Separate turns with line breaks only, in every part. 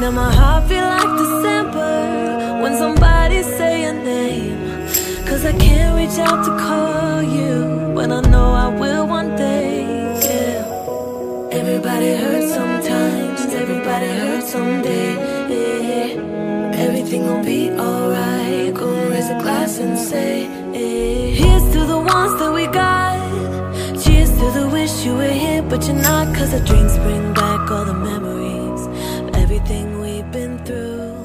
Now my heart feel like December when somebody say your name. Cause I can't reach out to call you, but I know I will one day. Yeah. Everybody hurts sometimes, everybody hurts someday. Yeah. Everything will be alright. Gonna raise a glass and say, yeah. Here's to the ones that we got. Cheers to the wish you were here, but you're not. Cause the drinks bring back all the memories of everything we've been through.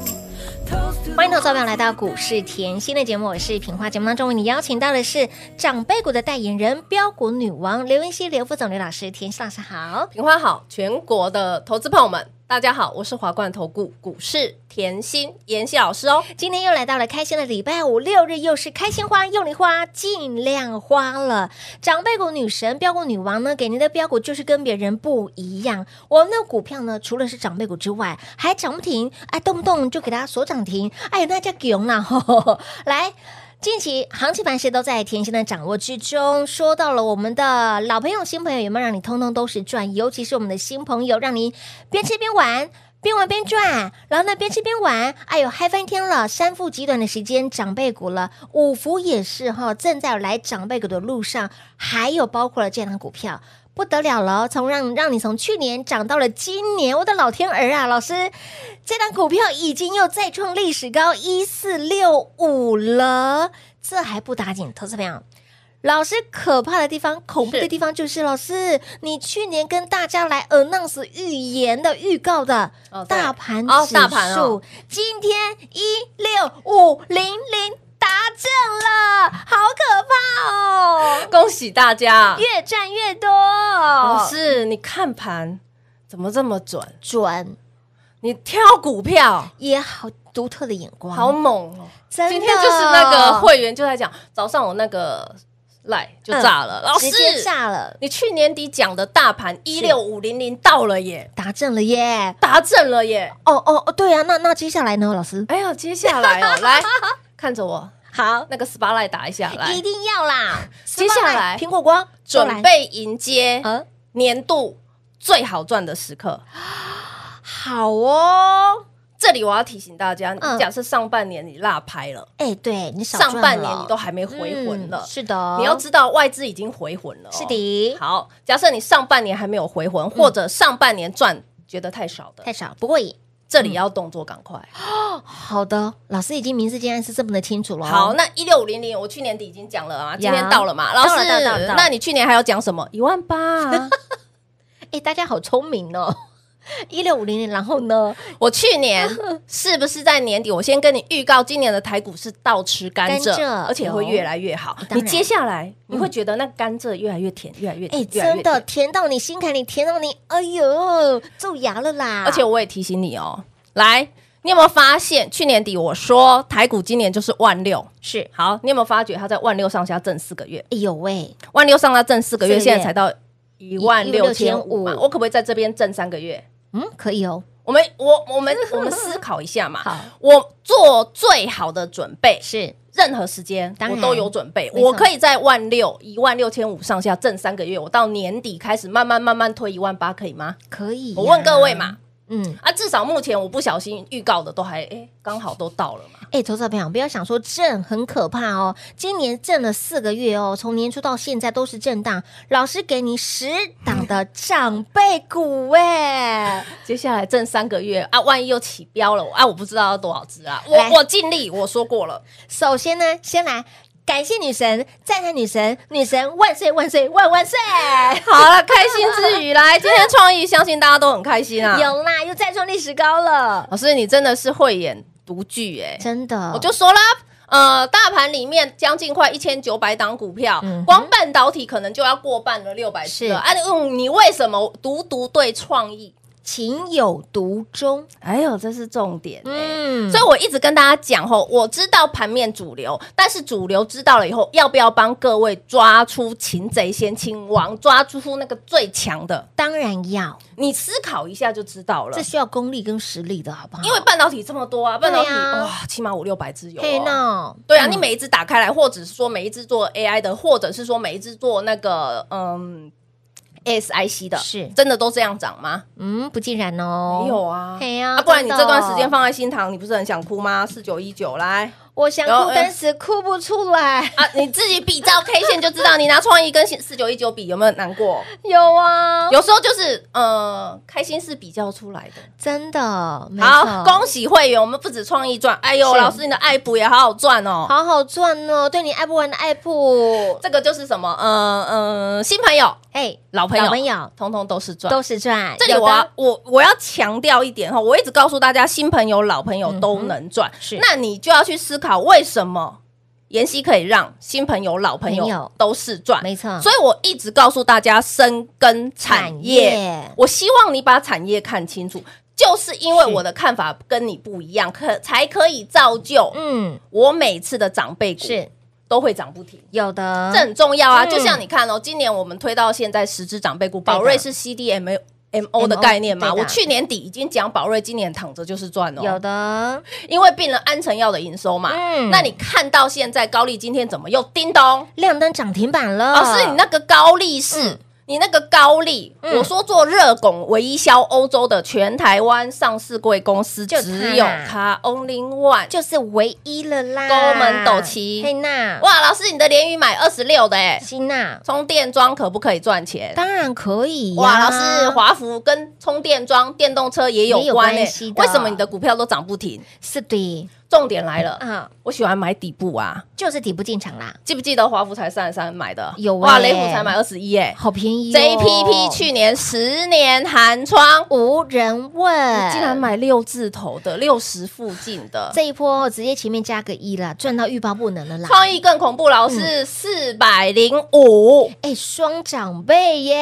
Toast to
欢迎投资者朋友来到股市甜心的节目，我是品花。节目当中为你邀请到的是长辈股的代言人标股女王刘云熙、刘副总、刘老师，甜心老师好。
平花好，全国的投资朋友们，大家好，我是华冠投顾股市甜心妍希老师哦。
今天又来到了开心的礼拜五，六日又是开心花、用力花、尽量花了。长辈股女神、标股女王呢，给您的标股就是跟别人不一样。我们的股票呢，除了是长辈股之外，还涨不停，哎，动不动就给它锁涨停，哎呦，那叫囧啦！吼吼吼 来。近期行情盘势都在甜心的掌握之中。说到了我们的老朋友、新朋友，有没有让你通通都是赚？尤其是我们的新朋友，让你边吃边玩。边玩边赚，然后呢边吃边玩，哎呦嗨翻天了！三富极短的时间长辈股了，五福也是哈，正在来长辈股的路上，还有包括了这样的股票。不得了了，从让让你从去年涨到了今年，我的老天儿啊！老师，这档股票已经又再创历史高一四六五了，这还不打紧，投资朋友。老师可怕的地方，恐怖的
是
地方就是老师，你去年跟大家来 announce 预言的、预告的、
哦对
大盘
哦
指
大盘
数，
哦
今天一六五零零达阵了，好可怕哦！
恭喜大家！
越赚越多，
老师，你看盘怎么这么准？
准
你挑股票
也好独特的眼光，
好猛哦！
真的
今天就是那个会员就在讲，早上我那个赖就炸了，老师
直接炸了，
你去年底讲的大盘一六五零零到了耶，
达阵了耶！
达阵了耶！
哦哦哦，对啊，那那接下来呢，老师？
哎呦，接下来 哦，来看着我，
好，
那个 spotlight 打一下，来
一，定要啦！
接下来
苹果光都来
准备迎接
呃，
年度最好赚的时刻。
好哦，
这里我要提醒大家，你
嗯
假设上半年你落拍了，
哎，对你少
上
赚
半年
了
你都还没回魂了
嗯，是的，
你要知道外资已经回魂了哦。
是的嗯
好，假设你上半年还没有回魂，或者上半年赚觉得太少的
太，少不过瘾。
这里要动作赶快。
好的，老师已经明示今暗示这么的清楚了。哦
好，，那一六零零，我去年底已经讲了啊，今天
嗯呀
到了嘛？
到
老
了
师
到了到了到了，
那你去年还要讲什么？一万八啊！
哎，大家好聪明哦， 一六五零零，然后呢，
我 去年是不是在年底？我先跟你预告，今年的台股是倒吃甘蔗，
甘蔗
而且会越来越好。
当
你
然
接下来你会觉得那甘蔗越来越甜，越来越甜，
哎，
越来
真
越
的
甜。
甜到你心坎里，甜到你，哎呦，蛀牙了啦！
而且我也提醒你哦，来，你有没有发现去年底我说台股今年就是万六？
是，
好，你有没有发觉它在万六上下震四个月？
哎呦喂，
万六上下震四个
四个
月，
月
现在才到一万六千五嘛
16,500
我可不可以在这边震三个月？
嗯，可以哦，
我们我 我们我们思考一下嘛。
好，
我做最好的准备，
是
任何时间
当
我
然
都有准备。
没错
我可以在万六一万六千五上下挣三个月，我到年底开始慢慢慢慢推一万八，可以吗？啊
可以呀。
我问各位嘛，
嗯，
啊，至少目前我不小心预告的都还哎刚、好都到了嘛。
哎，投资者朋友，不要想说震很可怕哦，今年震了四个月哦，从年初到现在都是震荡。老师给你十档的长辈股 哎，
接下来挣三个月啊，万一又起标了啊，我不知道要多少只啊。
来
我我尽力，我说过了，
首先呢，先来感谢女神，赞叹女神，女神万岁万岁万万岁！
好 了，开心之余来，今天创意相信大家都很开心啊。
有啦，又再创历史高了，
老师，你真的是慧眼独具哎、
真的，
我就说啦。呃，大盘里面将近快一千九百档股票，
嗯哼
光半导体可能就要过半了，六百
是
只了。啊，嗯，你为什么独独对创意？
情有独钟，
哎呦，这是重点、欸。
嗯，
所以我一直跟大家讲吼，我知道盘面主流，但是主流知道了以后，要不要帮各位抓出擒贼先擒王，抓出那个最强的？
当然要，
你思考一下就知道了
这。需要功力跟实力的好不好？
因为半导体这么多啊，半导体、
对啊
哇，起码五六百只有、
嘿
哦。
呢，
对啊，你每一只打开来，或者是说每一只做 AI 的，或者是说每一只做那个嗯 SIC 的，
是
真的都这样涨吗？
嗯，不尽然哦，
没有啊，
嘿呀
不然你
真的
这段时间放在新塘，你不是很想哭吗？四九一九来
我想
有
哭，
呃
但是哭不出 来。
啊，你自己比照 K 线就知道，你拿创意跟四九一九比有没有难过？
有啊，
有时候就是呃，开心是比较出来的。
真的，没错，
好，恭喜会员，我们不止创意赚，哎呦，
是
老师你的爱补也好好赚哦。
好好赚哦，对你爱不完的爱 铺，
这个就是什么？呃呃，新朋友、
哎，
老朋友，
老朋友
通通都是赚。
都是赚。
这里
有的
我要我我要强调一点哈，我一直告诉大家，新朋友、老朋友都能赚。
嗯是
那你就要去思考为什么妍希可以让新朋友、老朋
朋友
友都是赚。
没错，
所以我一直告诉大家，深耕产业，
产业
我希望你把产业看清楚，就是因为我的看法跟你不一样，可才可以造就
嗯，
我每次的长辈股
是
都会涨不停。
有的，
这很重要啊！
嗯
就像你看哦，今年我们推到现在十只长辈股，宝瑞是 CDM。M O 的概念嘛，
对的
我去年底已经讲宝瑞，今年躺着就是赚哦，
有的，
因为病人安诚药的营收嘛。
嗯
那你看到现在高利今天怎么又叮咚？
亮灯涨停板了。
老师，哦你那个高利是，你那个高利，
嗯
我说做热拱唯一销欧洲的全台湾上市贵公司，
就它
只有它 only one。
就是唯一了啦，
勾门斗旗
嘿娜，
哇，老师，你的联宇买二十六的哎、
希娜，
充电桩可不可以赚钱？
当然可以呀
哇，老师，华孚跟充电桩、电动车也有
啊也有
关
关
诶、
系的
为什么你的股票都涨不停？
是的，
重点来了，
啊，
我喜欢买底部啊，
就是底部进场啦，
记不记得华孚才三十三买的？
有
哇，
欸
雷虎才买二十一诶
好便宜哦
，JPP 去年十年寒窗，
无人问，
你竟然买六字头的，六十附近的。
这一波直接前面加个一了，赚到欲罢不能了啦！
创意更恐怖，老
嗯
师四百零五，
哎，双长辈耶！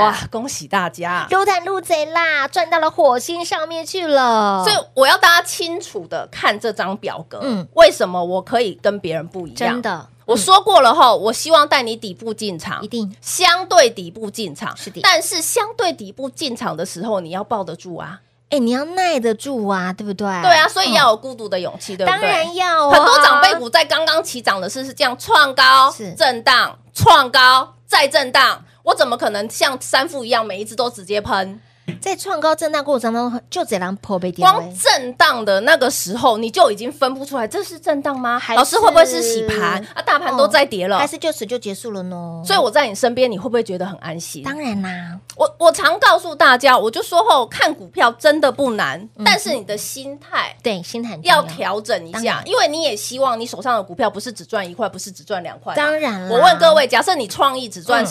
哇
哇，，
恭喜大家！
撸探撸贼啦，赚到了火星上面去了。
所以我要大家清楚的看这张表格，
嗯
为什么我可以跟别人不一样？
真的，
我说过了后，我希望带你底部进场，
一定
相对底部进场。
是的
但是相对底部进场的时候，你要抱得住啊。
哎，你要耐得住啊，对不对？哦
对啊，，所以要有孤独的勇气，对不对？
当然要啊。
很多长辈股在刚刚起涨的是是这样创高
是、
震荡、创高再震荡，我怎么可能像三富一样每一只都直接喷？
在创高震荡过程当中，就这辆破被跌
光震荡的那个时候，你就已经分不出来这是震荡吗？
还是
老师会不会是洗盘啊？大盘都在跌了嗯
还，是就此就结束了呢？
所以我在你身边，你会不会觉得很安心？
当然啦，
我我常告诉大家，我就说后看股票真的不难，但是你的心态
对，心态很重
要调整一
嗯当
下
然，
因为你也希望你手上的股票不是只赚一块，不是只赚两块。
当然啦啊
我问各位，假设你创意只赚
嗯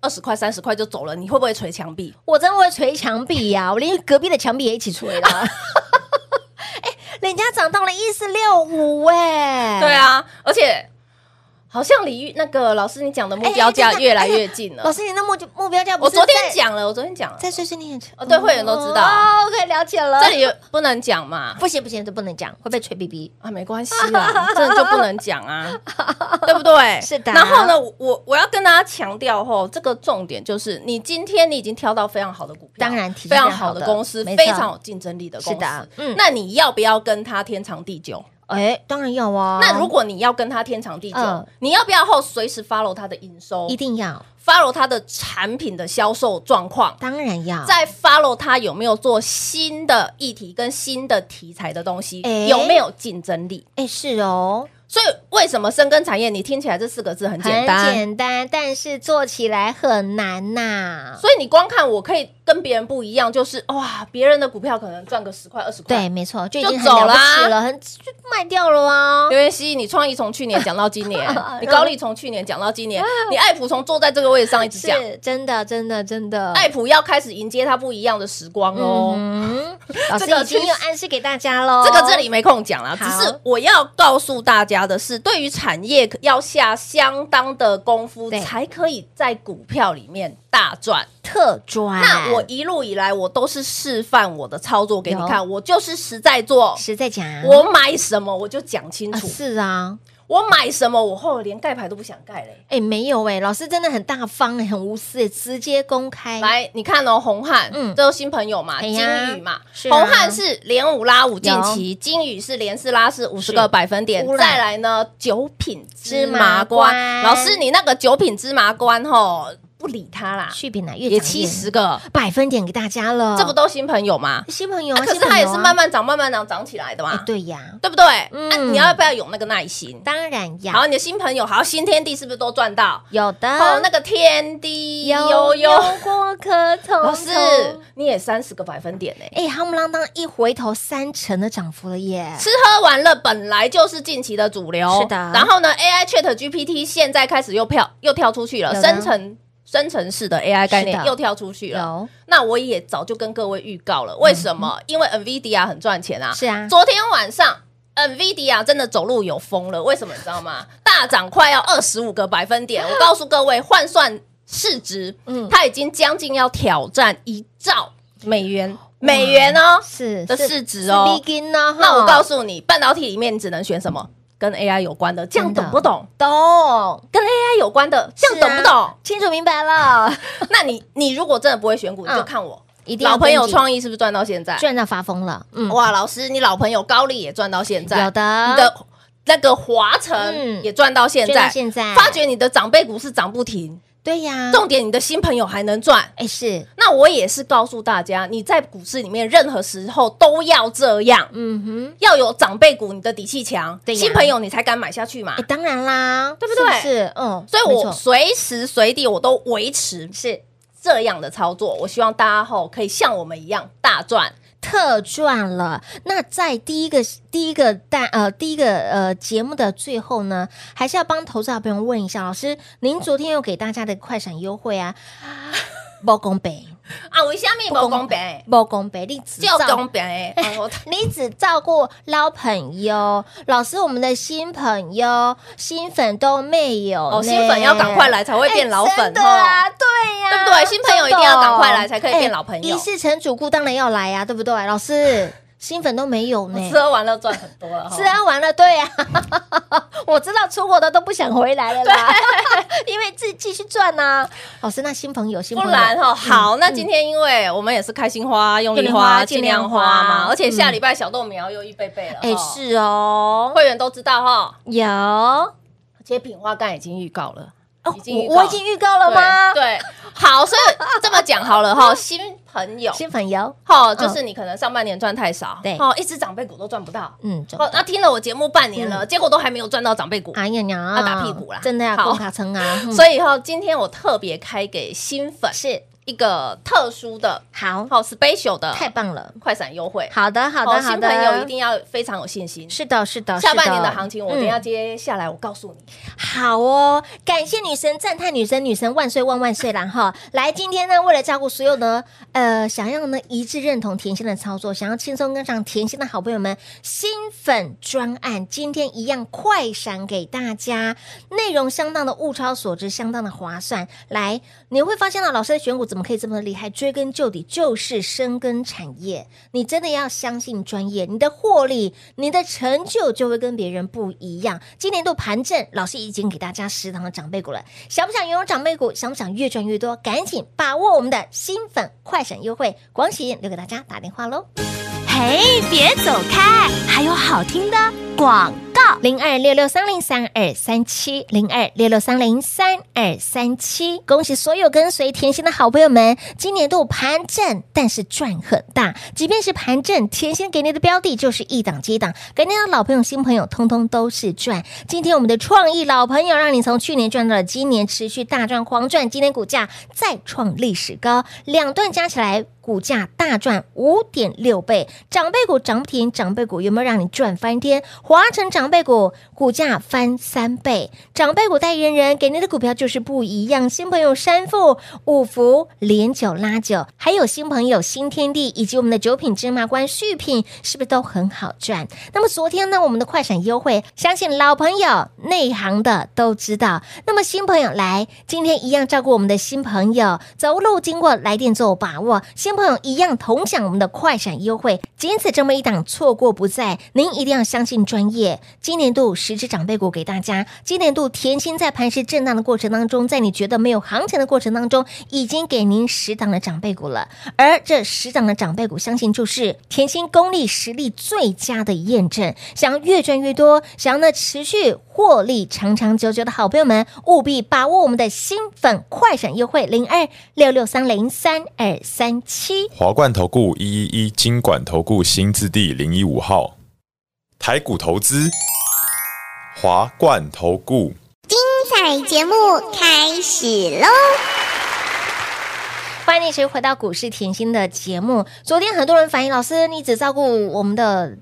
二十块、三十块就走了，你会不会捶墙壁？
我真的会捶墙壁呀、我连隔壁的墙壁也一起 捶了。哎、人家涨到了一四六五哎，
对，啊，而且好像离那个老师你讲的目标
哎哎
价
真的
越来越近
老
了。
师你的目就目标价不
我
是
昨天
在
讲了，我昨天讲了，
在碎碎念
哦对会员都知道啊
哦，可以了解了。
这里不能讲嘛。
不行不行，这不能讲，会被捶逼逼。
啊，没关系啦，这就不能讲啊，对不对？
是的啊
然后呢，我我我要跟大家强调吼，这个重点就是，你今天你已经挑到非常好的股票，
当然体质
非常
非常好
好的
的
公司，
没错
非常有竞争力的公司。
是的嗯
那你要不要跟他天长地久？
哎，当然要啊。
那如果你要跟他天长地久，
嗯
你要不要后随时 follow 他的营收
一定要，
，follow 他的产品的销售状况，
当然要。
再 follow 他有没有做新的议题跟新的题材的东西，
哎
有没有竞争力？
哎，是哦，
所以为什么深耕产业？你听起来这四个字很
很
简单，
简单，但是做起来很难呐。
所以你光看我可以跟别人不一样，就是哇，别人的股票可能赚个十块二十块，
对，没错，就已
就
经很了
走
不
啦
起了，很就卖掉了啊。
刘元熙，你创意从去年讲到 今年，你高丽从去年讲到今年，你爱普从坐在这个位置上一直讲，哎
是真的，真的，真的。
爱普要开始迎接它不一样的时光喽。
嗯，老师
这个
已经
趋
有暗示给大家喽。
这个这里没空讲啦，只
好
是我要告诉大家的是，对于产业要下相当的功夫，
对
才可以在股票里面大赚。
特赚，
那我一路以来，我都是示范我的操作给你
啊有
看，我就是实在做，
实在讲，
我买什么我就讲清
啊
楚，
是啊，
我买什么我后来连盖牌都不想盖嘞。
哎，没有哎，老师真的很大方哎，很无私哎，直接公开。
来，你看哦，红汉，
嗯
嗯，这都新朋友嘛，
哎
金
呀
宇嘛，
是啊
红汉是连五拉五近期，金宇是连四拉四五十个百分点
乌。啦
再来呢，九品芝麻
芝麻官
官，老师你那个九品芝麻官吼，不理他啦，
续品来越长
也
一
七
点
十个，
百分点给大家了，
这不都新朋友吗？
新朋友
啊
啊？
可是
新朋友
它
啊
也是慢慢涨，慢慢涨，涨起来的
哎
嘛，
对呀，
对不对？啊，
嗯
你要不要有那个耐心？
当然
好，
呀，
你的新朋友，好，新天地是不是都赚到？
有的
哦，那个天地
啊有
悠悠，
有过可同
老
从
师。你也三十个百分点呢。
哎，夯不啷当一回头三成的涨幅了耶！
吃喝玩乐本来就是近期的主流，
是的
然后呢，AI Chat GPT 现在开始又跳又跳出去了，
有的
生成生成式的 AI 概
是
念
的
又跳出去了。
有嗯
那我也早就跟各位预告了，为什么？因为 NVIDIA 很赚钱啊。
是啊，
昨天晚上 NVIDIA 真的走路有风了，为什么你知道吗？ 大涨快要二十五个百分点，我告诉各位，换算市值，
嗯
嗯，它已经将近要挑战一兆美元，美元哦。
是
的
是
市值哦
是 begin 呢？
那我告
诉
诉你，半导体里面你只能选什么？跟 AI 有关的，这样
真的
懂不懂？
懂，
跟 AI 有关的，这样懂不
是啊
懂？
清楚明白了，
那你你如果真的不会选股，
嗯
你就看我
一定要
老朋友
跟紧
创意是不是赚到现在？
赚到发疯了，嗯，
哇，老师，你老朋友高丽也赚到现在，
有的
你的那个华
啊嗯
晨也赚到现
赚到
在，
现在嗯
发觉你的长辈股是涨不停，
对呀，
重点你的新朋友还能赚。
哎是，
那我也是告诉大家，你在股市里面任何时候都要这样，
嗯哼，
要有长辈股，你的底气强，
对呀
新朋友你才敢买下去嘛
哎。当然啦，
对不
是
对
是，嗯，
所以
没
我
错
随时随地我都维持是这样的操作。我希望大家吼可以像我们一样大赚。
特赚了。那在第一个第一个大呃第一个呃节目的最后呢，还是要帮投资好朋友问一下，老师，您昨天有给大家的快闪优惠 啊？包公北，
啊，为什么不公平？
包公北，你只
就
照
公平哎！啊我
你只照顾老朋友，老师，我们的新朋友、新粉都没有呢。
哦，新粉要赶快来才会变老
哎真
粉
的
哦。
啊，对呀、
对不对新朋友一定要赶快来才可以变
哎
老朋友
一世成主顾当然要来啊呀、对不对？老师，新粉都没有呢
我。吃喝玩乐赚很多 了哈。
吃啊， 完了，对呀、我知道出国的都不想回来了
啊
啦，因为自己继续赚呐、老师，那新朋友，新朋
不
友，
然哈，好，那今天因为我们也是开心花、用力
嗯用力花
花、
尽
尽
量
量
花
花嘛，而且下
嗯
礼拜小豆苗又一贝贝了。
哎，
哈，
是哦，
会员都知道哈，
有，哦
且品花干已经预告了，已经预
我我已
告
经预告了吗？嗯
对，对好，所以这么讲好了哈，新朋友
新朋友，
哈，就是你可能上半年赚太少，
对
哦，一只长辈股都赚不到，
嗯，中
哦，那听了我节目半年了，结果都还没有赚到长辈股，
哎呀呀，
要打屁股啦
真的要
好
公卡层 啊，嗯
所以哈，今天我特别开给新粉
是
一个特殊的，
好，
好 special 的
太棒了，
快闪优惠，
好的，好
哦
的，好
新朋友一
的，
定要非常有信心。
是的，是的，嗯
下半
是
年的行情，我等一下
嗯
接下来我告诉你。
好哦，感谢女神，赞叹女神，女神万岁万万岁啦！哈，来，今天呢，为了照顾所有呢，呃，想要呢一致认同甜心的操作，想要轻松跟上甜心的好朋友们，新粉专案今天一样快闪给大家，内容相当的物超所值，相当的划算。来，你会发现到老师的选股怎么可以这么的厉害？追根究底就是深耕产业，你真的要相信专业，你的获利、你的成就就会跟别人不一样。今年度盘正，老师已经给大家食堂的长辈股了，想不想拥有长辈股？想不想越赚越多？赶紧把握我们的新粉快闪优惠，广喜留给大家打电话喽！
嘿，
嘿，别走开，还有好听的广告。
零二六六三零三二三七零二六六三零三二三七。恭喜所有跟随甜心的好朋友们，今年度盘正，但是赚很大。即便是盘正，甜心给你的标的就是一档接一档，给您的老朋友、新朋友，通通都是赚。今天我们的创意老朋友，让你从去年赚到了今年，持续大赚狂赚，今天股价再创历史高，两段加起来。股价大赚五点六倍，长辈股涨不停，长辈股有没有让你赚翻天？华晨长辈股股价翻三倍，长辈股代言人给您的股票就是不一样。新朋友山富、五福、连九拉九，还有新朋友新天地，以及我们的九品芝麻官续品，是不是都很好赚？那么昨天呢，我们的快闪优惠，相信老朋友内行的都知道。那么新朋友来，今天一样照顾我们的新朋友，走路经过来电做把握，新朋友一样同享我们的快闪优惠，仅此这么一档，错过不再。您一定要相信专业，今年度十只长辈股给大家，今年度甜心在盘势震荡的过程当中，在你觉得没有行情的过程当中，已经给您十档的长辈股了，而这十档的长辈股，相信就是甜心功力实力最佳的验证。想要越赚越多，想要呢持续获利长长久久的好朋友们，务必把握我们的新粉快闪优惠零二六六三零三二三七。
华冠投顾一一一金管投顾新字第零一五号，台股投资，华冠投顾。
彩节目开始喽！
欢迎你持续回到股市甜心的节目。昨天很多人反映，老师你只照顾我们的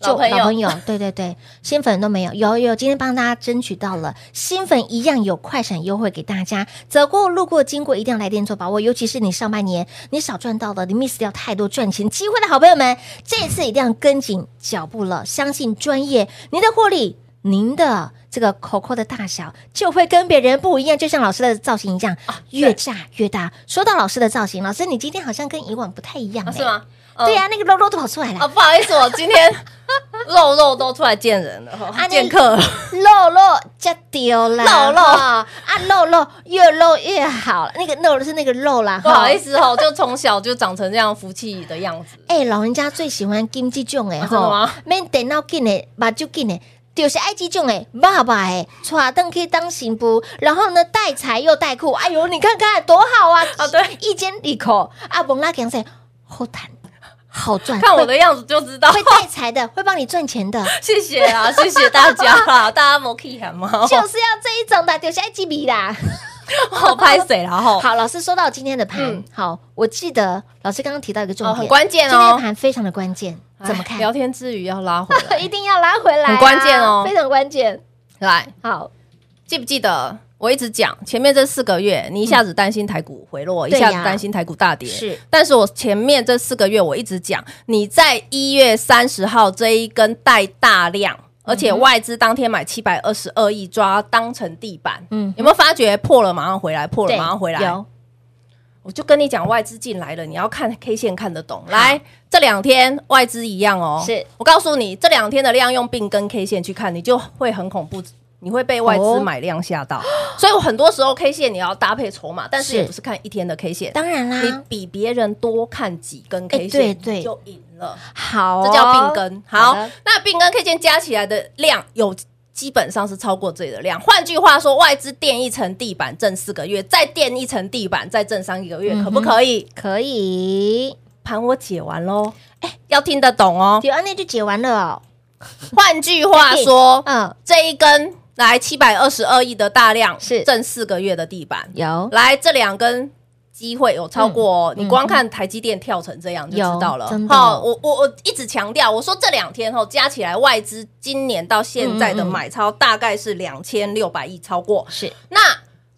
旧
老朋友
朋友，对对对，新粉都没有，有有，今天帮大家争取到了，新粉一样有快闪优惠给大家，走过路过经过一定要来电做把握，尤其是你上半年你少赚到了，你 miss 掉太多赚钱机会的好朋友们，这次一定要跟紧脚步了，相信专业，您的获利。您的这个口口的大小就会跟别人不一样，就像老师的造型一样，越炸越大。说到老师的造型，老师你今天好像跟以往不太一样、欸
啊是吗？
对呀、那个肉肉都跑出来了。
啊，不好意思，我今 天肉肉都出来见人了哈，
啊
见客了。
肉肉加丢啦，
肉肉
啊，肉肉越肉越好，那个肉是那个肉啦，
不好意
思。
思哦，就从小就长成这样福气的样 子。
哎、老人家最喜欢金鸡种哎，
啊真的吗？
免电脑紧的，目睭紧的，就是爱这种哎，爸爸哎，娶登去当媳妇，然后呢带财又带库，哎呦，你看看多好啊！
啊对，
一肩一口，啊阿蒙拉讲说好谈，好赚，
看我的样子就知道
会。会带财的，会帮你赚钱的，
谢谢 啊，谢谢大家 啦，大家莫气喊嘛，
就是要这一种的，就是爱几米啦。
好拍谁然后
好，老师说到今天的盘，
哦嗯
好，我记得老师刚刚提到一个重
哦，
点，
很关键
今天的
哦。
盘非常的关键，怎么
哎
看？
聊天之余要拉回
一
来，
定要拉回来啊、
很关键哦
非常关键。
来，
好，
记不记得我一直讲前面这四个月，你一下子担心台股回落，一
对呀
下子担心台股大跌，
是。
但是我前面这四个月我一直讲，你在一月三十号这一根带大量。而
嗯
且外资当天买七百二十二亿，抓当成地板，
嗯
嗯，有没有发觉破了马上回来，破了
对，
马上回来？
有
我就跟你讲，外资进来了，你要看 K 线看得懂。来，这两天外资一样哦。
是
我告诉你，这两天的量用并跟 K 线去看，你就会很恐怖，你会被外资
哦
买量吓到。所以我很多时候 K 线你要搭配筹码，但
是
是也不是看一天的 K 线，
当然
你
啦，
比别人多看几根
哎对
K 线，
对
你就赢了。
好哦
这叫并根。哦好，
的
那并根 K 线加起来的量有。基本上是超过自己的量，换句话说，外资垫一层地板挣四个月，再垫一层地板再挣三个月，
嗯哼
可不可以？
可以。
盘我解完喽，哎、要听得懂哦。
九安内就解完了哦，
换句话说，
嗯，
这一根来七百二十二亿的大量
是
挣四个月的地板，
有
来这两根机会有超过、哦
哦嗯
你光看台积电跳成这样就知道了
有真。的
好，我我我一直强调，我说这两天后哦加起来外资今年到现在的
嗯嗯嗯
买超大概是两千六百亿，超过。
是
那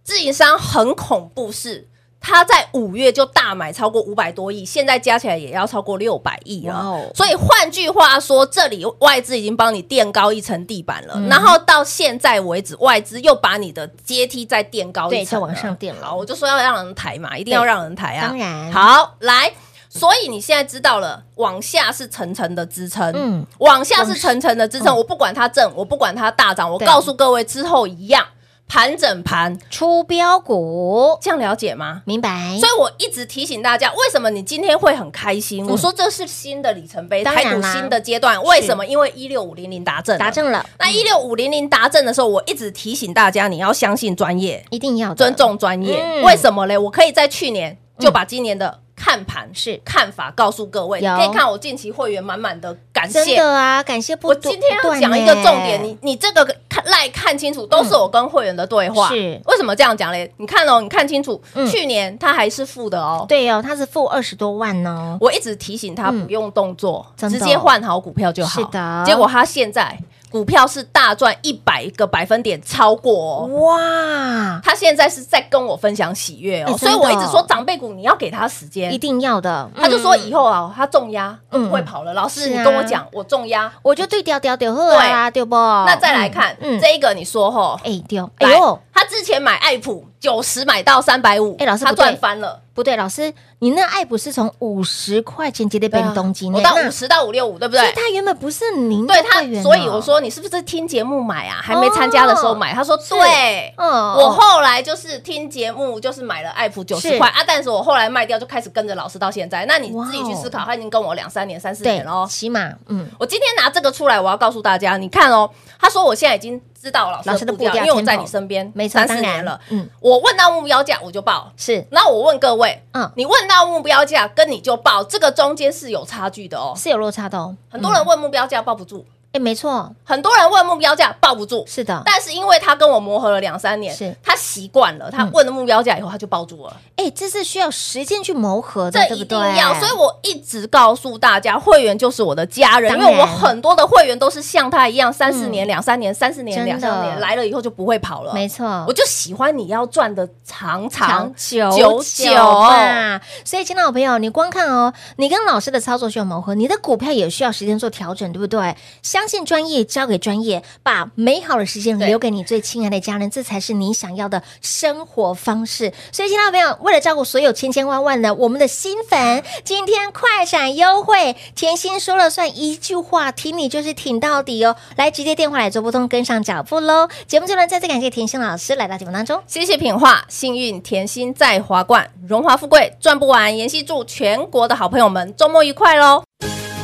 自营商很恐怖是。他在五月就大买超过五百多亿，现在加起来也要超过六百亿了。
哇哦
所以换句话说，这里外资已经帮你垫高一层地板了，
嗯
然后到现在为止，外资又把你的阶梯再垫高
对
一层
再
了，
往上垫了
好，我就说要让人抬嘛，一定要让人抬啊。
当然
好，来，所以你现在知道了，往下是层层的支撑，
嗯
嗯，往下是层层的支撑。
嗯
我不管它正，我不管它大涨，我
对
告诉各位之后一样。盘整盘，
出标股，
这样了解吗？
明白？
所以我一直提醒大家，为什么你今天会很开心？我说这是新的里程碑，
当
台
然
股
啦
新的阶段。为什么？因为一六五零零达阵，
达。正了，
那一六五零零达阵的时候，我一直提醒大家，你要相信专业，
一定要的
尊。重专业。
嗯
为什么嘞？我可以在去年就把今年的看盘是看法告诉各位，你
有
可以看我近期会员满满的感
真
谢。
的啊，感谢不
我
多
今天要讲一个重
欸
点，你你这个看赖看清楚，都是我跟会员的对话。
嗯是
为什么这样讲嘞？你看哦，你看清楚，
嗯
去年它还是负的哦
不。对哦，他是负二十多万哦，
我一直提醒他
嗯
不用动作，
真的哦
直接换好股票就好。
是的
结果他现在股票是大赚一百个百分点，超过哦。
哇，
他现在是在跟我分享喜悦哦，
哎真的
所以我一直说长辈股你要给他时间
一。定要的。
他就说
嗯
以后啊，他重压
嗯
不会跑了。老师，
是啊哦
你跟我讲，我重压。
我就对调调调喝啊，对不？那
那再来看这一个，你说吼，
嗯哎丢，
来
哎呦，，
他之前买爱普九十买到三百五，
哎老师
他
不对
赚翻了，
不对，老师，你那爱普是从五十块钱直接变东京
啊我
耶，
到
那
五十到五六五，对不
所
对
以？他原本不是您的哦
对他
会员，哦
所以我，说你是不是听节目买啊？还没参加的时候买，他说对。
嗯
我后来就是听节目，就是买了爱普九
是
十块啊，但是我后来卖掉，就开始跟着老师到现在。那你
哇哦
自己去思考，他已经跟我两三年、三四
对
年了哦。
起码嗯，
我今天拿这个出来，我要告诉大家，你看哦，他说我现在已经知道老
老
师
师的
的步调，
步调
因为我在
tempo
你身边
没错
三四
当然
年了。
嗯
我问到目标价我就报，
是
那我问各位，
嗯
你问到目标价跟你就报，这个中间是有差距的哦。
是有落差的哦，
很多人问目标价报不住，
哎，没错，
很多人问目标价抱不住，
是的，
但是因为他跟我磨合了两三年，
是嗯
他习惯了，他问了目标价以后他就抱住了，
哎，这是需要时间去磨合的，
这
对不
一
对
定？要。所以我一直告诉大家，会员就是我的家人，
当
因
然嗯
为我很多的会员都是像他一样，三四年、两三年、三四年、
真的
两三年来了以后就不会跑了，
没。错
我，就喜欢你要赚的长长
长久
久啊
久嘛。所以，亲爱的朋友，你光看哦，你跟老师的操作需要磨合，你的股票也需要时间做调整，对不对？相信专业，交给专业，把美好的时间
对
留给你最亲爱的家人，这才是你想要的生活方式。所以，亲爱的朋友，为了照顾所有千千万万的我们的新粉，今天快闪优惠，甜心说了算，一句话，挺你就是挺到底哦。来，直接电话来做拨通，跟上脚步喽。节目最后呢，再次感谢甜心老师来到节目当中。
谢谢品画，幸运甜心在华冠，荣华富贵赚不完。妍希祝全国的好朋友们周末愉快喽！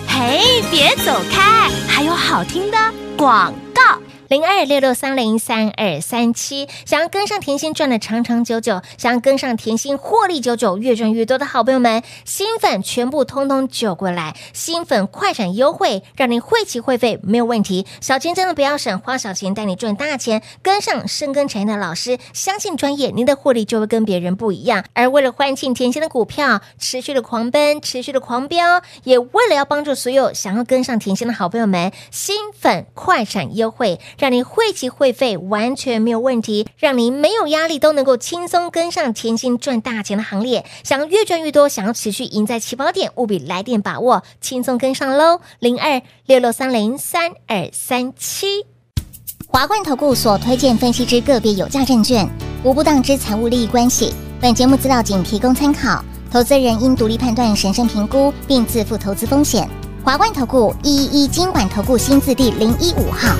嘿，别走开，还有好听的广告。
零二六六三零三二三七，想要跟上甜心赚的长长久久，想要跟上甜心获利久久，越赚越多的好朋友们，新粉全部通通揪过来，新粉快闪优惠，让你汇齐会费没有问题。小钱真的不要省，花小钱带你赚大钱，跟上深耕产业的老师，相信专业，您的获利就会跟别人不一样。而为了欢庆甜心的股票持续的狂奔，持续的狂飙，也为了要帮助所有想要跟上甜心的好朋友们，新粉快闪优惠，让你汇齐会费完全没有问题，让你没有压力都能够轻松跟上甜心赚大钱的行列。想要越赚越多，想要持续赢在起跑点，务必来电把握，轻松跟上喽！零二六六三零三二三七。
华冠投顾所推荐分析之个别有价证券，无不当之财务利益关系。本节目资料仅提供参考，投资人应独立判断、审慎评估，并自负投资风险。华冠投顾一一一金管投顾新字第零一五号。